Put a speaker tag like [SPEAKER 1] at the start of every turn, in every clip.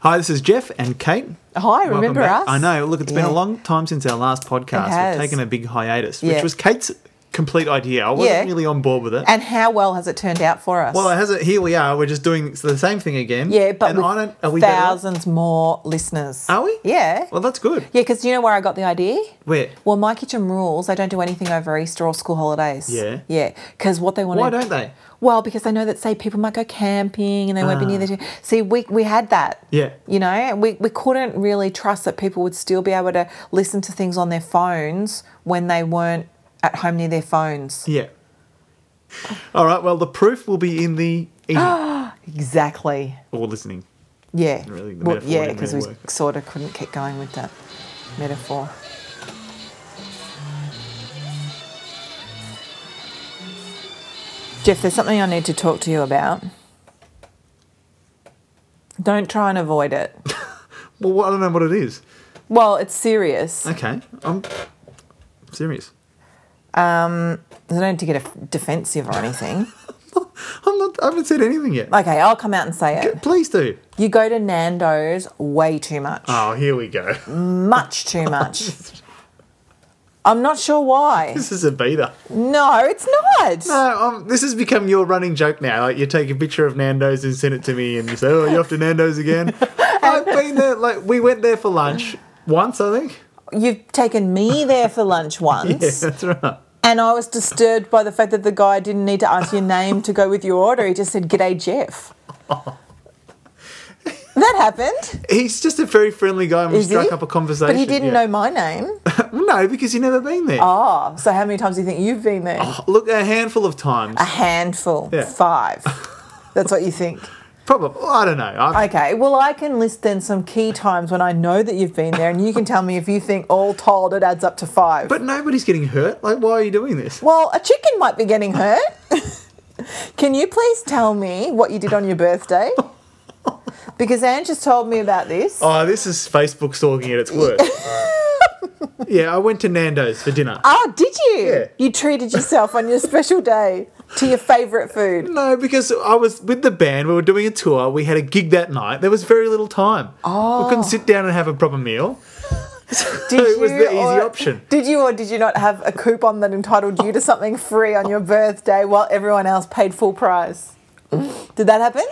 [SPEAKER 1] Hi, this is Jeff and Kate.
[SPEAKER 2] Hi,
[SPEAKER 1] Welcome
[SPEAKER 2] remember
[SPEAKER 1] back.
[SPEAKER 2] us?
[SPEAKER 1] I know. Look, it's been
[SPEAKER 2] Yeah.
[SPEAKER 1] a long time since our last podcast.
[SPEAKER 2] has.
[SPEAKER 1] We've taken a big hiatus, which
[SPEAKER 2] Yeah.
[SPEAKER 1] was Kate's complete idea. I wasn't
[SPEAKER 2] Yeah.
[SPEAKER 1] really on board with it.
[SPEAKER 2] And how well has it turned out for us?
[SPEAKER 1] well, it has it. Here we are. We're just doing the same thing again.
[SPEAKER 2] yeah, but
[SPEAKER 1] and
[SPEAKER 2] with
[SPEAKER 1] I don't. Are we better?
[SPEAKER 2] thousands more listeners.
[SPEAKER 1] Are we?
[SPEAKER 2] Yeah.
[SPEAKER 1] Well, that's good.
[SPEAKER 2] yeah, because you know where I got the idea?
[SPEAKER 1] Where?
[SPEAKER 2] Well, my kitchen rules, they don't do anything over Easter or school holidays.
[SPEAKER 1] Yeah.
[SPEAKER 2] Yeah, because what they want
[SPEAKER 1] Why don't they?
[SPEAKER 2] Well, because they know that, say, people might go camping and they won't be near the... See, we, we had that.
[SPEAKER 1] Ah. Yeah.
[SPEAKER 2] You know, and we, we couldn't really trust that people would still be able to listen to things on their phones when they weren't at home near their phones.
[SPEAKER 1] Yeah. All right. Well, the proof will be in the eating
[SPEAKER 2] Exactly.
[SPEAKER 1] or listening.
[SPEAKER 2] Yeah.
[SPEAKER 1] Really, the
[SPEAKER 2] Well,
[SPEAKER 1] metaphor
[SPEAKER 2] yeah,
[SPEAKER 1] didn't
[SPEAKER 2] because we
[SPEAKER 1] really work.
[SPEAKER 2] sort of couldn't keep going with that metaphor. Jeff, there's something I need to talk to you about. Don't try and avoid it.
[SPEAKER 1] Well, what- I don't know what it is.
[SPEAKER 2] Well, it's serious.
[SPEAKER 1] Okay, I'm serious.
[SPEAKER 2] I don't need to get a- defensive or anything.
[SPEAKER 1] I'm not. I haven't said anything yet.
[SPEAKER 2] Okay, I'll come out and say it.
[SPEAKER 1] Please do.
[SPEAKER 2] You go to Nando's way too much.
[SPEAKER 1] Oh, here we go.
[SPEAKER 2] Much too much. I'm not sure why.
[SPEAKER 1] This is a beater.
[SPEAKER 2] No, it's not.
[SPEAKER 1] No, um, this has become your running joke now. Like you take a picture of Nando's and send it to me, and you say, "Oh, you're off to Nando's again." I've been there. Like we went there for lunch once, I think.
[SPEAKER 2] You've taken me there for lunch once,
[SPEAKER 1] That's right.
[SPEAKER 2] and I was disturbed by the fact that the guy didn't need to ask your name to go with your order. He just said, G'day, Jeff. that happened.
[SPEAKER 1] He's just a very friendly guy, and we
[SPEAKER 2] Is
[SPEAKER 1] struck
[SPEAKER 2] he?
[SPEAKER 1] up a conversation.
[SPEAKER 2] But he didn't
[SPEAKER 1] yeah.
[SPEAKER 2] know my name.
[SPEAKER 1] No, because you've never been there.
[SPEAKER 2] Oh, so how many times do you think you've been there?
[SPEAKER 1] Look, a handful of times.
[SPEAKER 2] A handful.
[SPEAKER 1] Oh. Yeah.
[SPEAKER 2] Five. That's what you think.
[SPEAKER 1] Probably. I don't know. I,
[SPEAKER 2] Okay, well, I can list then some key times when I know that you've been there, and you can tell me if you think all told it adds up to five.
[SPEAKER 1] but nobody's getting hurt. Like, why are you doing this?
[SPEAKER 2] Well, a chicken might be getting hurt. Can you please tell me what you did on your birthday? Because Ange has told me about this.
[SPEAKER 1] Oh, this is Facebook stalking at its worst. yeah, I went to Nando's for dinner.
[SPEAKER 2] Oh, did you?
[SPEAKER 1] Yeah.
[SPEAKER 2] You treated yourself on your special day to your favourite food.
[SPEAKER 1] No, because I was with the band. We were doing a tour. We had a gig that night. There was very little time. Oh. We couldn't sit down and have a proper meal.
[SPEAKER 2] Did
[SPEAKER 1] it was the easy
[SPEAKER 2] or-
[SPEAKER 1] option.
[SPEAKER 2] Did you or did you not have a coupon that entitled you to something free on your birthday while everyone else paid full price? Did that happen?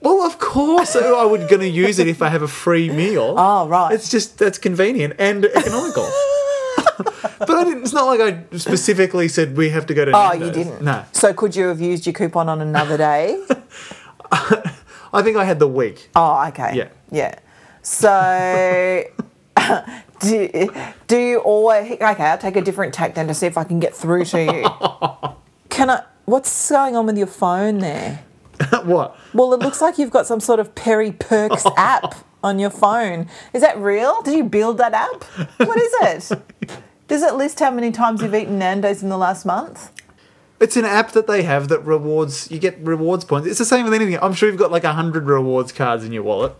[SPEAKER 1] Well, of course, I would going to use it if I have a free meal.
[SPEAKER 2] Oh, right.
[SPEAKER 1] It's just that's convenient and economical. but I didn't. It's not like I specifically said we have to go to.
[SPEAKER 2] Oh, you
[SPEAKER 1] Nando's.
[SPEAKER 2] didn't.
[SPEAKER 1] No,
[SPEAKER 2] So could you have used your coupon on another day?
[SPEAKER 1] I think I had the week.
[SPEAKER 2] Oh, okay.
[SPEAKER 1] Yeah.
[SPEAKER 2] Yeah. So do, do you always okay, I'll take a different tack then to see if I can get through to you. can I what's going on with your phone there?
[SPEAKER 1] what?
[SPEAKER 2] Well, it looks like you've got some sort of Perry Perks app on your phone. Is that real? Did you build that app? What is it? Does it list how many times you've eaten Nando's in the last month?
[SPEAKER 1] It's an app that they have that rewards. You get rewards points. It's the same with anything. I'm sure you've got like a hundred rewards cards in your wallet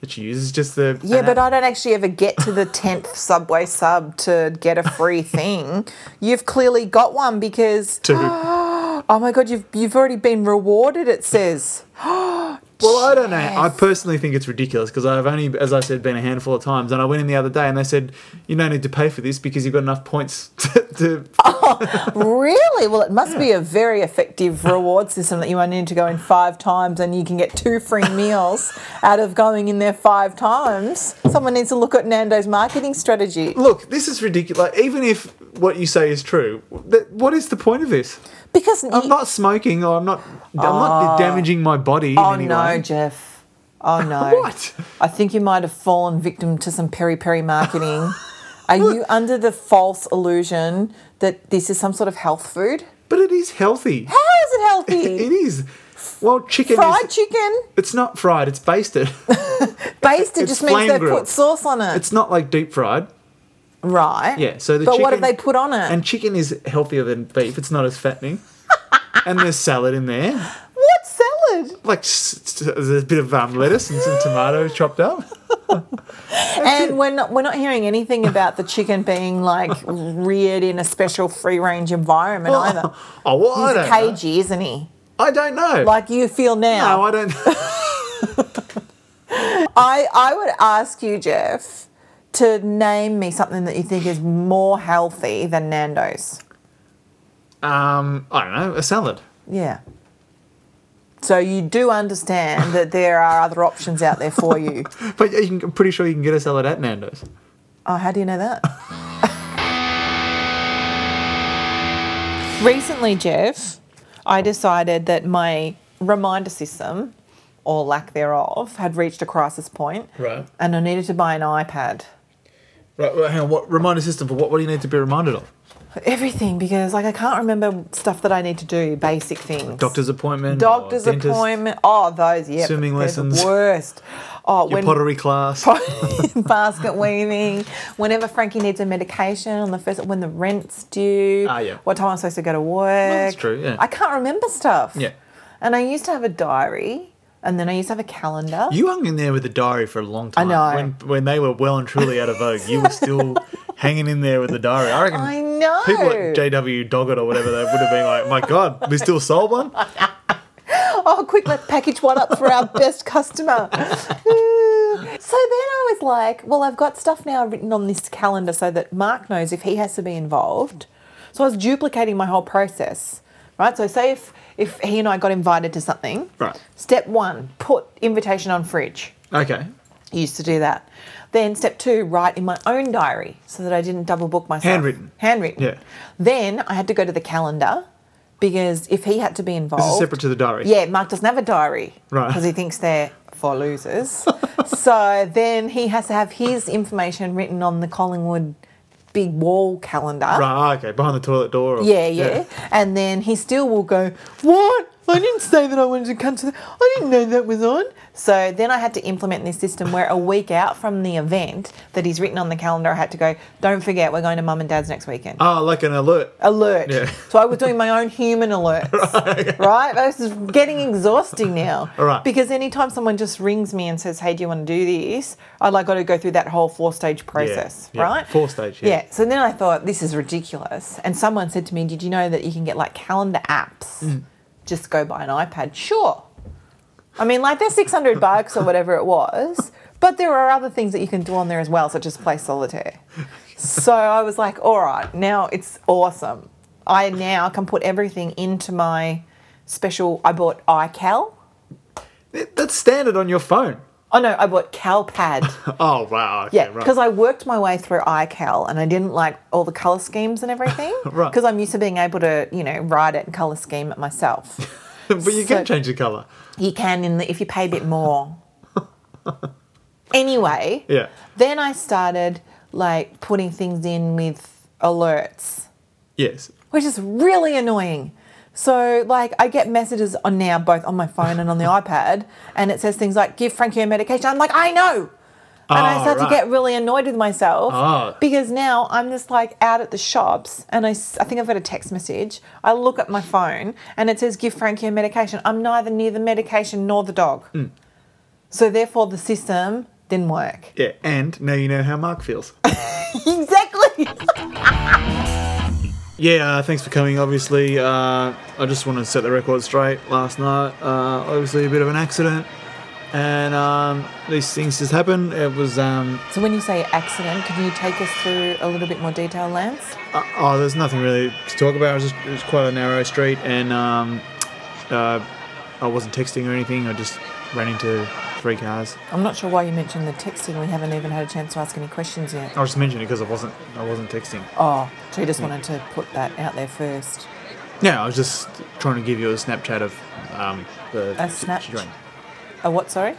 [SPEAKER 1] that you use. It's just the
[SPEAKER 2] Yeah,
[SPEAKER 1] an
[SPEAKER 2] but
[SPEAKER 1] app.
[SPEAKER 2] I don't actually ever get to the 10th Subway sub to get a free thing. You've clearly got one because,
[SPEAKER 1] Two.
[SPEAKER 2] oh my God, you've, you've already been rewarded, it says.
[SPEAKER 1] Well, I don't know. I personally think it's ridiculous because I've only, as I said, been a handful of times. And I went in the other day and they said, you don't need to pay for this because you've got enough points to. to
[SPEAKER 2] really? Well, it must be a very effective reward system that you only need to go in five times and you can get two free meals out of going in there five times. Someone needs to look at Nando's marketing strategy.
[SPEAKER 1] Look, this is ridiculous. Like, even if what you say is true, th- what is the point of this?
[SPEAKER 2] Because
[SPEAKER 1] I'm not smoking or I'm not, I'm not damaging my body.
[SPEAKER 2] Ah. Oh
[SPEAKER 1] in any
[SPEAKER 2] no,
[SPEAKER 1] way.
[SPEAKER 2] Jeff. Oh no.
[SPEAKER 1] What?
[SPEAKER 2] I think you might have fallen victim to some peri peri marketing. Are you under the false illusion that this is some sort of health food?
[SPEAKER 1] But it is healthy.
[SPEAKER 2] How is it
[SPEAKER 1] It
[SPEAKER 2] healthy?
[SPEAKER 1] is. Well, chicken
[SPEAKER 2] Fried
[SPEAKER 1] is.
[SPEAKER 2] chicken,
[SPEAKER 1] It's not fried, it's basted.
[SPEAKER 2] basted
[SPEAKER 1] It's
[SPEAKER 2] just means
[SPEAKER 1] flame
[SPEAKER 2] they
[SPEAKER 1] grilled.
[SPEAKER 2] put sauce on it.
[SPEAKER 1] it's not like deep fried.
[SPEAKER 2] right.
[SPEAKER 1] Yeah, so the
[SPEAKER 2] But what have
[SPEAKER 1] chicken-
[SPEAKER 2] they put on it?
[SPEAKER 1] And chicken is healthier than beef, it's not as fattening. and there's salad in there.
[SPEAKER 2] what salad?
[SPEAKER 1] like s- s- there's a bit of um, lettuce and some tomatoes chopped up.
[SPEAKER 2] and we're not we're not hearing anything about the chicken being like reared in a special free range environment either.
[SPEAKER 1] Oh, well, I
[SPEAKER 2] He's
[SPEAKER 1] don't.
[SPEAKER 2] a
[SPEAKER 1] know.
[SPEAKER 2] cagey, isn't he?
[SPEAKER 1] I don't know.
[SPEAKER 2] Like you feel now.
[SPEAKER 1] no, I don't.
[SPEAKER 2] I, I would ask you, Jeff, to name me something that you think is more healthy than Nando's.
[SPEAKER 1] Um, I don't know, a salad.
[SPEAKER 2] Yeah. So you do understand that there are other options out there for you.
[SPEAKER 1] But you can, I'm pretty sure you can get a salad at Nando's.
[SPEAKER 2] Oh, how do you know that? Recently, Jeff, I decided that my reminder system, or lack thereof, had reached a crisis point,
[SPEAKER 1] Right.
[SPEAKER 2] and I needed to buy an iPad.
[SPEAKER 1] Right, well, hang on. What reminder system for what? What do you need to be reminded of?
[SPEAKER 2] Everything, because like I can't remember stuff that I need to do, basic things.
[SPEAKER 1] Doctor's appointment. or
[SPEAKER 2] Doctor's
[SPEAKER 1] dentist,
[SPEAKER 2] appointment. Oh, those yeah.
[SPEAKER 1] Swimming
[SPEAKER 2] they're the
[SPEAKER 1] lessons.
[SPEAKER 2] worst. Oh,
[SPEAKER 1] Your
[SPEAKER 2] when
[SPEAKER 1] pottery class.
[SPEAKER 2] basket weaving. Whenever Frankie needs a medication on the first, when the rent's due.
[SPEAKER 1] Ah, yeah.
[SPEAKER 2] What time I'm supposed to go to work.
[SPEAKER 1] that's true, yeah.
[SPEAKER 2] I can't remember stuff.
[SPEAKER 1] Yeah.
[SPEAKER 2] And I used to have a diary, and then I used to have a calendar.
[SPEAKER 1] you hung in there with the diary for a long time.
[SPEAKER 2] know.
[SPEAKER 1] When, when they were well and truly out of vogue, you were still hanging in there with the diary. I reckon
[SPEAKER 2] I know.
[SPEAKER 1] people at JW Doggett or whatever, they would have been like, my God, we still sold one?
[SPEAKER 2] oh, quick, let's package one up for our best customer. Ooh. so then I was like, well, I've got stuff now written on this calendar so that Mark knows if he has to be involved. So I was duplicating my whole process, right? So say if, if he and I got invited to something,
[SPEAKER 1] Right.
[SPEAKER 2] step one, put invitation on fridge.
[SPEAKER 1] Okay.
[SPEAKER 2] I used to do that. Then step two, write in my own diary so that I didn't double book myself.
[SPEAKER 1] Handwritten.
[SPEAKER 2] Handwritten.
[SPEAKER 1] Yeah.
[SPEAKER 2] Then I had to go to the calendar because if he had to be involved.
[SPEAKER 1] This is separate to the diary.
[SPEAKER 2] Yeah, Mark doesn't have a diary.
[SPEAKER 1] Right.
[SPEAKER 2] Because he thinks they're for losers. so then he has to have his information written on the Collingwood big wall calendar.
[SPEAKER 1] Right, ah, okay, behind the toilet door. Or,
[SPEAKER 2] Yeah, yeah, And then he still will go, What? I didn't say that I wanted to come to the I didn't know that was on. So then I had to implement this system where a week out from the event that he's written on the calendar, I had to go, Don't forget, we're going to mum and dad's next weekend.
[SPEAKER 1] Oh, like an alert.
[SPEAKER 2] alert.
[SPEAKER 1] Yeah.
[SPEAKER 2] So I was doing my own human alerts. right? This is getting exhausting now.
[SPEAKER 1] All right.
[SPEAKER 2] Because anytime someone just rings me and says, Hey, do you want to do this? I like got to go through that whole four stage process,
[SPEAKER 1] yeah.
[SPEAKER 2] right?
[SPEAKER 1] Four stage, yeah.
[SPEAKER 2] So then I thought, this is ridiculous. And someone said to me, Did you know that you can get like calendar apps?
[SPEAKER 1] Mm.
[SPEAKER 2] Just go buy an iPad. Sure. I mean, like they're 600 bucks or whatever it was, but there are other things that you can do on there as well, such as play solitaire. So I was like, all right, now it's awesome. I now can put everything into my special. I bought iCal.
[SPEAKER 1] It- That's standard on your phone.
[SPEAKER 2] Oh no, I bought CalPad.
[SPEAKER 1] Oh, wow. Okay,
[SPEAKER 2] Yeah,
[SPEAKER 1] right.
[SPEAKER 2] because I worked my way through iCal and I didn't like all the color schemes and everything.
[SPEAKER 1] Right.
[SPEAKER 2] Because I'm used to being able to, you know, write it and color scheme it myself.
[SPEAKER 1] but you
[SPEAKER 2] so-
[SPEAKER 1] can change the colour.
[SPEAKER 2] you can in the, if you pay a bit more. anyway,
[SPEAKER 1] Yeah.
[SPEAKER 2] then I started like putting things in with alerts,
[SPEAKER 1] Yes.
[SPEAKER 2] which is really annoying. So like I get messages on now both on my phone and on the iPad, and it says things like "Give Frankie a medication." I'm like, I know. And I
[SPEAKER 1] Oh,
[SPEAKER 2] start to
[SPEAKER 1] right.
[SPEAKER 2] get really annoyed with myself
[SPEAKER 1] Oh.
[SPEAKER 2] because now I'm just like out at the shops and I, s- I think I've got a text message. I look at my phone and it says, Give Frankie a medication. I'm neither near the medication nor the dog.
[SPEAKER 1] Hmm.
[SPEAKER 2] So therefore, the system didn't work.
[SPEAKER 1] Yeah. And now you know how Mark feels.
[SPEAKER 2] Exactly.
[SPEAKER 1] Yeah, uh, thanks for coming. Obviously, uh, I just want to set the record straight. Last night, uh, obviously, a bit of an accident, and um, these things just happen. It was um,
[SPEAKER 2] So when you say accident, can you take us through a little bit more detail, Lance?
[SPEAKER 1] uh, oh, there's nothing really to talk about. It was, just, it was quite a narrow street, and um, uh, I wasn't texting or anything. I just ran into three cars.
[SPEAKER 2] I'm not sure why you mentioned the texting. We haven't even had a chance to ask any questions yet.
[SPEAKER 1] I just mentioned it because I wasn't I wasn't texting.
[SPEAKER 2] Oh, so you just wanted to put that out there first.
[SPEAKER 1] Yeah, I was just trying to give you a Snapchat of um, the
[SPEAKER 2] A snap- Oh, what, sorry?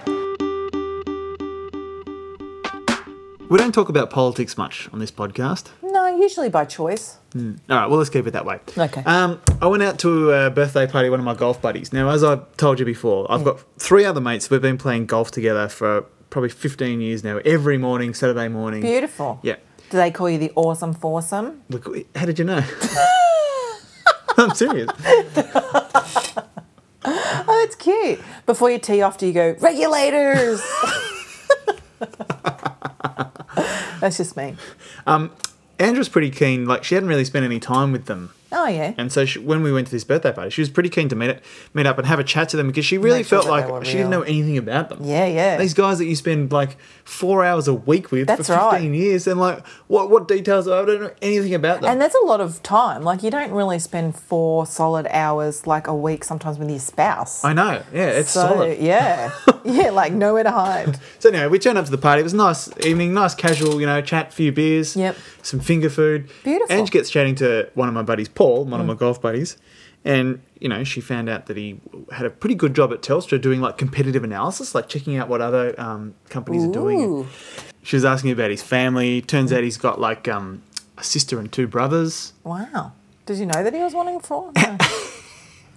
[SPEAKER 1] We don't talk about politics much on this podcast.
[SPEAKER 2] No, usually by choice.
[SPEAKER 1] All right, well, let's keep it that way.
[SPEAKER 2] Okay.
[SPEAKER 1] Um, I went out to a birthday party with one of my golf buddies. Now, as I've told you before, I've got three other mates. We've been playing golf together for probably 15 years now, every morning, Saturday morning.
[SPEAKER 2] Beautiful.
[SPEAKER 1] Yeah.
[SPEAKER 2] Do they call you the awesome foursome?
[SPEAKER 1] Look, how did you know? I'm serious.
[SPEAKER 2] Oh, that's cute. Before you tee off, do you go, regulators? that's just me.
[SPEAKER 1] Andrew's pretty keen. Like, she hadn't really spent any time with them
[SPEAKER 2] Oh, yeah.
[SPEAKER 1] And so she, when we went to this birthday party, she was pretty keen to meet it, meet up and have a chat to them because she really
[SPEAKER 2] Make sure
[SPEAKER 1] felt
[SPEAKER 2] that they
[SPEAKER 1] like
[SPEAKER 2] were
[SPEAKER 1] she didn't
[SPEAKER 2] real.
[SPEAKER 1] know anything about them.
[SPEAKER 2] Yeah, yeah.
[SPEAKER 1] These guys that you spend like four hours a week with
[SPEAKER 2] That's
[SPEAKER 1] for
[SPEAKER 2] right.
[SPEAKER 1] fifteen years, and like what what details? I don't know anything about them.
[SPEAKER 2] And that's a lot of time. Like you don't really spend four solid hours like a week sometimes with your spouse.
[SPEAKER 1] I know. Yeah, it's
[SPEAKER 2] so
[SPEAKER 1] solid.
[SPEAKER 2] yeah, yeah, like nowhere to hide.
[SPEAKER 1] So anyway, we turned up to the party. It was a nice evening, nice casual, you know, chat, few beers,
[SPEAKER 2] Yep.
[SPEAKER 1] some finger food.
[SPEAKER 2] Beautiful. Mm.
[SPEAKER 1] Ange gets chatting to one of my buddies, Paul, one of my golf buddies, and you know, she found out that he had a pretty good job at Telstra doing like competitive analysis, like checking out what other um, companies are doing. And
[SPEAKER 2] Ooh.
[SPEAKER 1] She was asking about his family. Turns out he's got like um, a sister and two brothers.
[SPEAKER 2] Wow. Did you know that he was wanting fraud?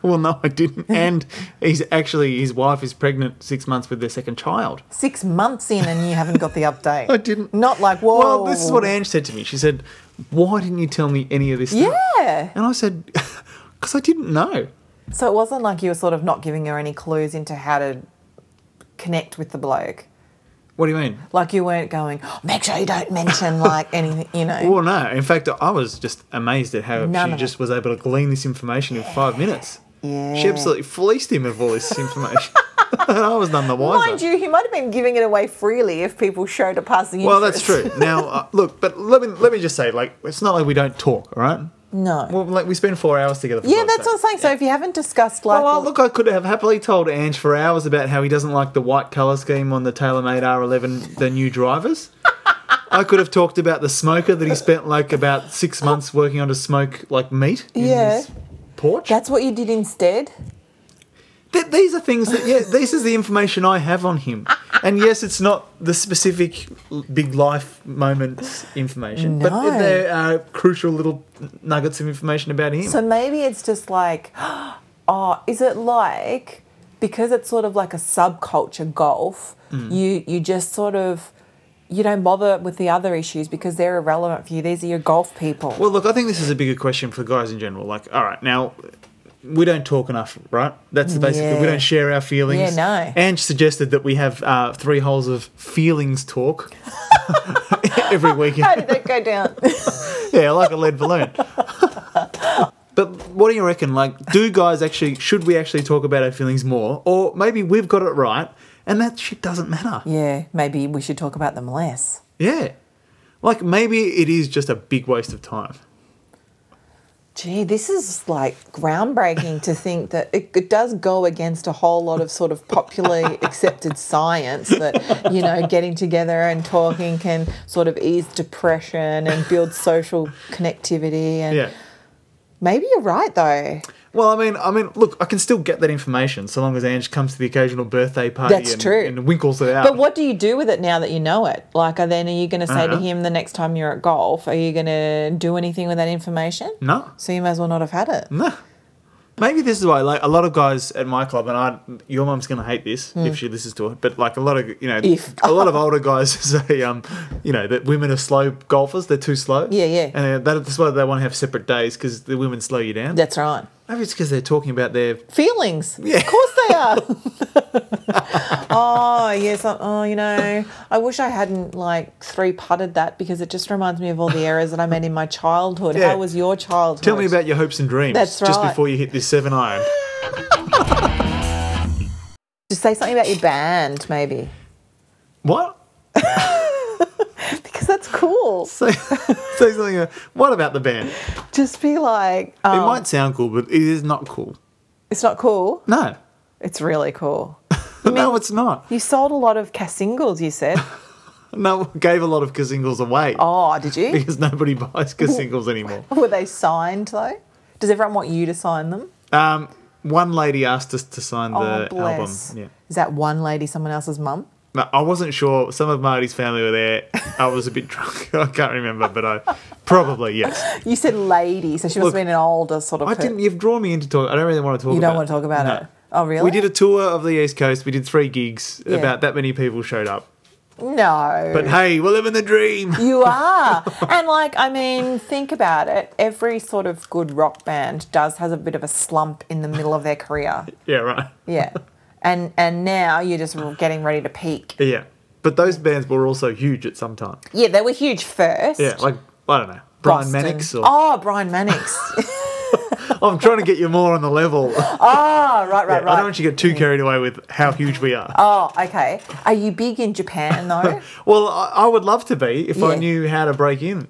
[SPEAKER 1] Well, no, I didn't. And he's actually his wife is pregnant six months with their second child.
[SPEAKER 2] Six months in and you haven't got the update.
[SPEAKER 1] I didn't.
[SPEAKER 2] Not like whoa.
[SPEAKER 1] Well, this is what Ange said to me. She said, "Why didn't you tell me any of this?" stuff?"
[SPEAKER 2] Yeah.
[SPEAKER 1] And I said, "Because I didn't know."
[SPEAKER 2] So it wasn't like you were sort of not giving her any clues into how to connect with the bloke.
[SPEAKER 1] What do you mean?
[SPEAKER 2] Like you weren't going. "Oh, Make sure you don't mention like anything. You know.
[SPEAKER 1] Well, no. In fact, I was just amazed at how
[SPEAKER 2] None
[SPEAKER 1] she
[SPEAKER 2] of
[SPEAKER 1] just was able to glean this information in five minutes.
[SPEAKER 2] yeah.
[SPEAKER 1] She absolutely fleeced him of all this information. and I was none the wiser.
[SPEAKER 2] Mind you, he might have been giving it away freely if people showed a passing
[SPEAKER 1] well, that's
[SPEAKER 2] interest.
[SPEAKER 1] true. Now, uh, look, but let me let me just say, like, it's not like we don't talk, all right?
[SPEAKER 2] No.
[SPEAKER 1] Well, like we spend four hours together. For
[SPEAKER 2] yeah,
[SPEAKER 1] God's
[SPEAKER 2] that's what
[SPEAKER 1] sake.
[SPEAKER 2] I'm saying. So if you haven't discussed like,
[SPEAKER 1] Oh, Well, look, I could have happily told Ange for hours about how he doesn't like the white colour scheme on the TaylorMade R11, the new drivers. I could have talked about the smoker that he spent like about six months working on to smoke like meat in
[SPEAKER 2] Yeah.
[SPEAKER 1] his porch.
[SPEAKER 2] that's what you did instead.
[SPEAKER 1] Th- these are things that yeah, this is the information I have on him. And yes, it's not the specific l- big life moments information, but
[SPEAKER 2] No.
[SPEAKER 1] there are crucial little nuggets of information about him.
[SPEAKER 2] So maybe it's just like, oh, is it like because it's sort of like a subculture golf? You you just sort of you don't bother with the other issues because they're irrelevant for you. These are your golf people.
[SPEAKER 1] Well, look, I think this is a bigger question for guys in general. Like, all right, now we don't talk enough, right? That's basically we
[SPEAKER 2] Yeah.
[SPEAKER 1] don't share our feelings.
[SPEAKER 2] Yeah, no.
[SPEAKER 1] Ange suggested that we have uh, three holes of feelings talk every
[SPEAKER 2] How
[SPEAKER 1] weekend.
[SPEAKER 2] did it go down?
[SPEAKER 1] yeah, like a lead balloon. but what do you reckon? Like, do guys actually should we actually talk about our feelings more, or maybe we've got it right and that shit doesn't matter?
[SPEAKER 2] yeah, maybe we should talk about them less.
[SPEAKER 1] yeah. Like maybe it is just a big waste of time.
[SPEAKER 2] Gee, this is like groundbreaking to think that it, it does go against a whole lot of sort of popularly accepted science that, you know, getting together and talking can sort of ease depression and build social connectivity. And
[SPEAKER 1] Yeah.
[SPEAKER 2] maybe you're right, though.
[SPEAKER 1] Well, I mean, I mean, look, I can still get that information so long as Ange comes to the occasional birthday party
[SPEAKER 2] That's
[SPEAKER 1] and,
[SPEAKER 2] true.
[SPEAKER 1] and winkles it out.
[SPEAKER 2] But what do you do with it now that you know it? Like, are then are you going to say
[SPEAKER 1] Uh-huh.
[SPEAKER 2] to him the next time you're at golf, are you going to do anything with that information?
[SPEAKER 1] No,
[SPEAKER 2] So you may as well not have had it.
[SPEAKER 1] no. Maybe this is why, like, a lot of guys at my club, and I, your mum's going to hate this if she listens to it, but like a lot of, you know,
[SPEAKER 2] Hmm. If.
[SPEAKER 1] a lot of older guys say, um, you know, that women are slow golfers, they're too slow.
[SPEAKER 2] Yeah, yeah.
[SPEAKER 1] And that- that's why they want to have separate days because the women slow you down.
[SPEAKER 2] That's right.
[SPEAKER 1] Maybe it's because they're talking about their.
[SPEAKER 2] feelings. Of course they are. oh yes. I- Oh, you know, I wish I hadn't like three putted that because it just reminds me of all the errors that I made in my childhood.
[SPEAKER 1] Yeah.
[SPEAKER 2] How was your childhood?
[SPEAKER 1] Tell me about your hopes and dreams
[SPEAKER 2] That's
[SPEAKER 1] just
[SPEAKER 2] right.
[SPEAKER 1] before you hit this seven iron.
[SPEAKER 2] Just say something about your band, maybe,
[SPEAKER 1] What?
[SPEAKER 2] because that's cool.
[SPEAKER 1] Say, say something. uh, What about the band?
[SPEAKER 2] Just be like,
[SPEAKER 1] It
[SPEAKER 2] um,
[SPEAKER 1] might sound cool, but it is not cool.
[SPEAKER 2] it's not cool.
[SPEAKER 1] No.
[SPEAKER 2] It's really cool.
[SPEAKER 1] no, it's not.
[SPEAKER 2] You sold a lot of ca- singles. You said.
[SPEAKER 1] No, we gave a lot of singles away
[SPEAKER 2] Oh, did you?
[SPEAKER 1] because nobody buys singles anymore.
[SPEAKER 2] Were they signed though? Does everyone want you to sign them?
[SPEAKER 1] Um, one lady asked us to sign
[SPEAKER 2] oh,
[SPEAKER 1] the
[SPEAKER 2] bless.
[SPEAKER 1] album. Yeah.
[SPEAKER 2] Is that one lady someone else's mum?
[SPEAKER 1] No, I wasn't sure. Some of Marty's family were there. I was a bit drunk. I can't remember, but I probably yes.
[SPEAKER 2] You said lady, so she must
[SPEAKER 1] Look,
[SPEAKER 2] have been an older sort of.
[SPEAKER 1] I
[SPEAKER 2] per-
[SPEAKER 1] didn't. You've drawn me into talk. I don't really want to talk.
[SPEAKER 2] You
[SPEAKER 1] about
[SPEAKER 2] don't want to talk about
[SPEAKER 1] No.
[SPEAKER 2] it. Oh, really?
[SPEAKER 1] We did a tour of the East Coast. We did three gigs.
[SPEAKER 2] Yeah.
[SPEAKER 1] About that many people showed up.
[SPEAKER 2] No.
[SPEAKER 1] But hey, we're living the dream.
[SPEAKER 2] you are. and like, I mean, think about it. Every sort of good rock band does has a bit of a slump in the middle of their career.
[SPEAKER 1] Yeah, right.
[SPEAKER 2] Yeah. And and now you're just getting ready to peak.
[SPEAKER 1] Yeah. But those bands were also huge at some time.
[SPEAKER 2] Yeah, they were huge first.
[SPEAKER 1] Yeah, like I don't know, Brian
[SPEAKER 2] Boston.
[SPEAKER 1] Mannix or
[SPEAKER 2] Oh, Brian Mannix.
[SPEAKER 1] I'm trying to get you more on the level.
[SPEAKER 2] Ah, right, right,
[SPEAKER 1] I
[SPEAKER 2] right.
[SPEAKER 1] don't want you to get too carried away with how huge we are.
[SPEAKER 2] Oh, okay. Are you big in Japan though?
[SPEAKER 1] Well, I, I would love to be if I
[SPEAKER 2] Yeah. Oh.
[SPEAKER 1] knew how to break in.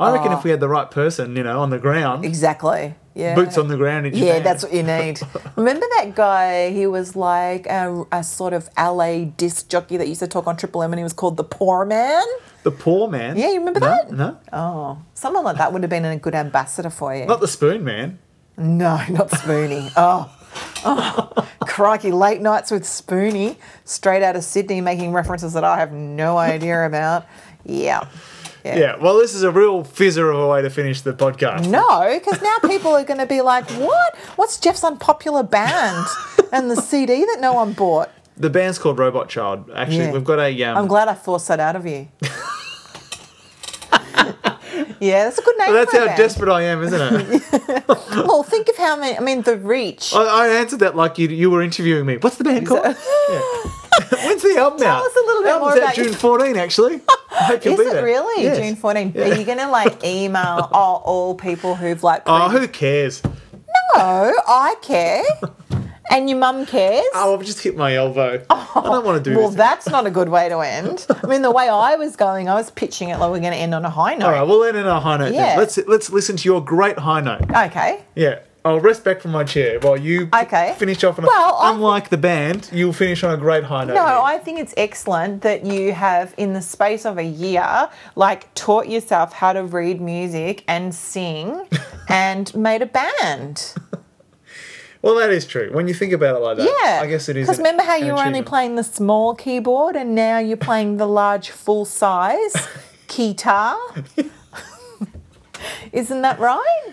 [SPEAKER 1] I reckon if we had the right person, you know, on the ground,
[SPEAKER 2] exactly. Yeah.
[SPEAKER 1] boots on the ground in Japan.
[SPEAKER 2] Yeah, that's what you need. Remember that guy? He was like a, a sort of LA disc jockey that used to talk on Triple M, and he was called the Poor Man.
[SPEAKER 1] the poor man.
[SPEAKER 2] Yeah, you remember
[SPEAKER 1] No,
[SPEAKER 2] that?
[SPEAKER 1] No,
[SPEAKER 2] Oh, someone like that would have been a good ambassador for you.
[SPEAKER 1] not the spoon man.
[SPEAKER 2] No, not Spoonie. Oh. oh, crikey! Late nights with Spoonie, straight out of Sydney, making references that I have no idea about. Yeah,
[SPEAKER 1] Yeah. Well, this is a real fizzer of a way to finish the podcast.
[SPEAKER 2] No, because now people are going to be like, "What? What's Jeff's unpopular band and the CD that no one bought?"
[SPEAKER 1] The band's called Robot Child. Actually,
[SPEAKER 2] Yeah.
[SPEAKER 1] we've got a um,
[SPEAKER 2] I'm glad I forced that out of you. yeah, that's a good name.
[SPEAKER 1] Well, that's
[SPEAKER 2] for a
[SPEAKER 1] how
[SPEAKER 2] band.
[SPEAKER 1] desperate I am, isn't it?
[SPEAKER 2] Well, think of how many. I mean, the reach.
[SPEAKER 1] Oh, I, I answered that like you, you were interviewing me. What's the band called? Yeah. When's the album
[SPEAKER 2] Tell
[SPEAKER 1] out?
[SPEAKER 2] us a little bit
[SPEAKER 1] Album's
[SPEAKER 2] more
[SPEAKER 1] out
[SPEAKER 2] about your-
[SPEAKER 1] June 14, actually. I hope you'll
[SPEAKER 2] Is
[SPEAKER 1] be
[SPEAKER 2] it
[SPEAKER 1] there.
[SPEAKER 2] really
[SPEAKER 1] Yes.
[SPEAKER 2] June 14? Are you going to like email all, all people who've like?
[SPEAKER 1] Oh,
[SPEAKER 2] pre-
[SPEAKER 1] who cares?
[SPEAKER 2] no, I care, and your mum cares.
[SPEAKER 1] Oh, I've just hit my elbow. I don't want to do
[SPEAKER 2] Well,
[SPEAKER 1] this.
[SPEAKER 2] that's not a good way to end. I mean, the way I was going, I was pitching it like we're going to end on a high note.
[SPEAKER 1] All right, we'll end on a high note
[SPEAKER 2] Yeah.
[SPEAKER 1] then. Let's let's listen to your great high note.
[SPEAKER 2] Okay.
[SPEAKER 1] Yeah. I'll rest back from my chair while you p-
[SPEAKER 2] Okay.
[SPEAKER 1] finish off on a
[SPEAKER 2] Well, I-
[SPEAKER 1] unlike the band, you'll finish on a great high note.
[SPEAKER 2] No,
[SPEAKER 1] here.
[SPEAKER 2] I think it's excellent that you have, in the space of a year, like taught yourself how to read music and sing and made a band.
[SPEAKER 1] Well, that is true. When you think about it like that,
[SPEAKER 2] Yeah.
[SPEAKER 1] I guess it is.
[SPEAKER 2] Because
[SPEAKER 1] an-
[SPEAKER 2] remember how
[SPEAKER 1] an
[SPEAKER 2] you were only
[SPEAKER 1] achievement.
[SPEAKER 2] playing the small keyboard and now you're playing the large full size guitar? Isn't that right?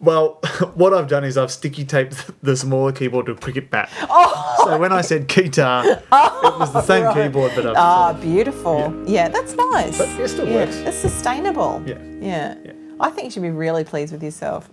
[SPEAKER 1] Well, what I've done is I've sticky taped the smaller keyboard to a cricket bat. Oh. So when I said guitar, it was the same keyboard that I've.
[SPEAKER 2] Ah, beautiful. Yeah. that's nice.
[SPEAKER 1] But it still
[SPEAKER 2] yeah,
[SPEAKER 1] works.
[SPEAKER 2] It's sustainable.
[SPEAKER 1] Yeah.
[SPEAKER 2] yeah.
[SPEAKER 1] Yeah.
[SPEAKER 2] I think you should be really pleased with yourself.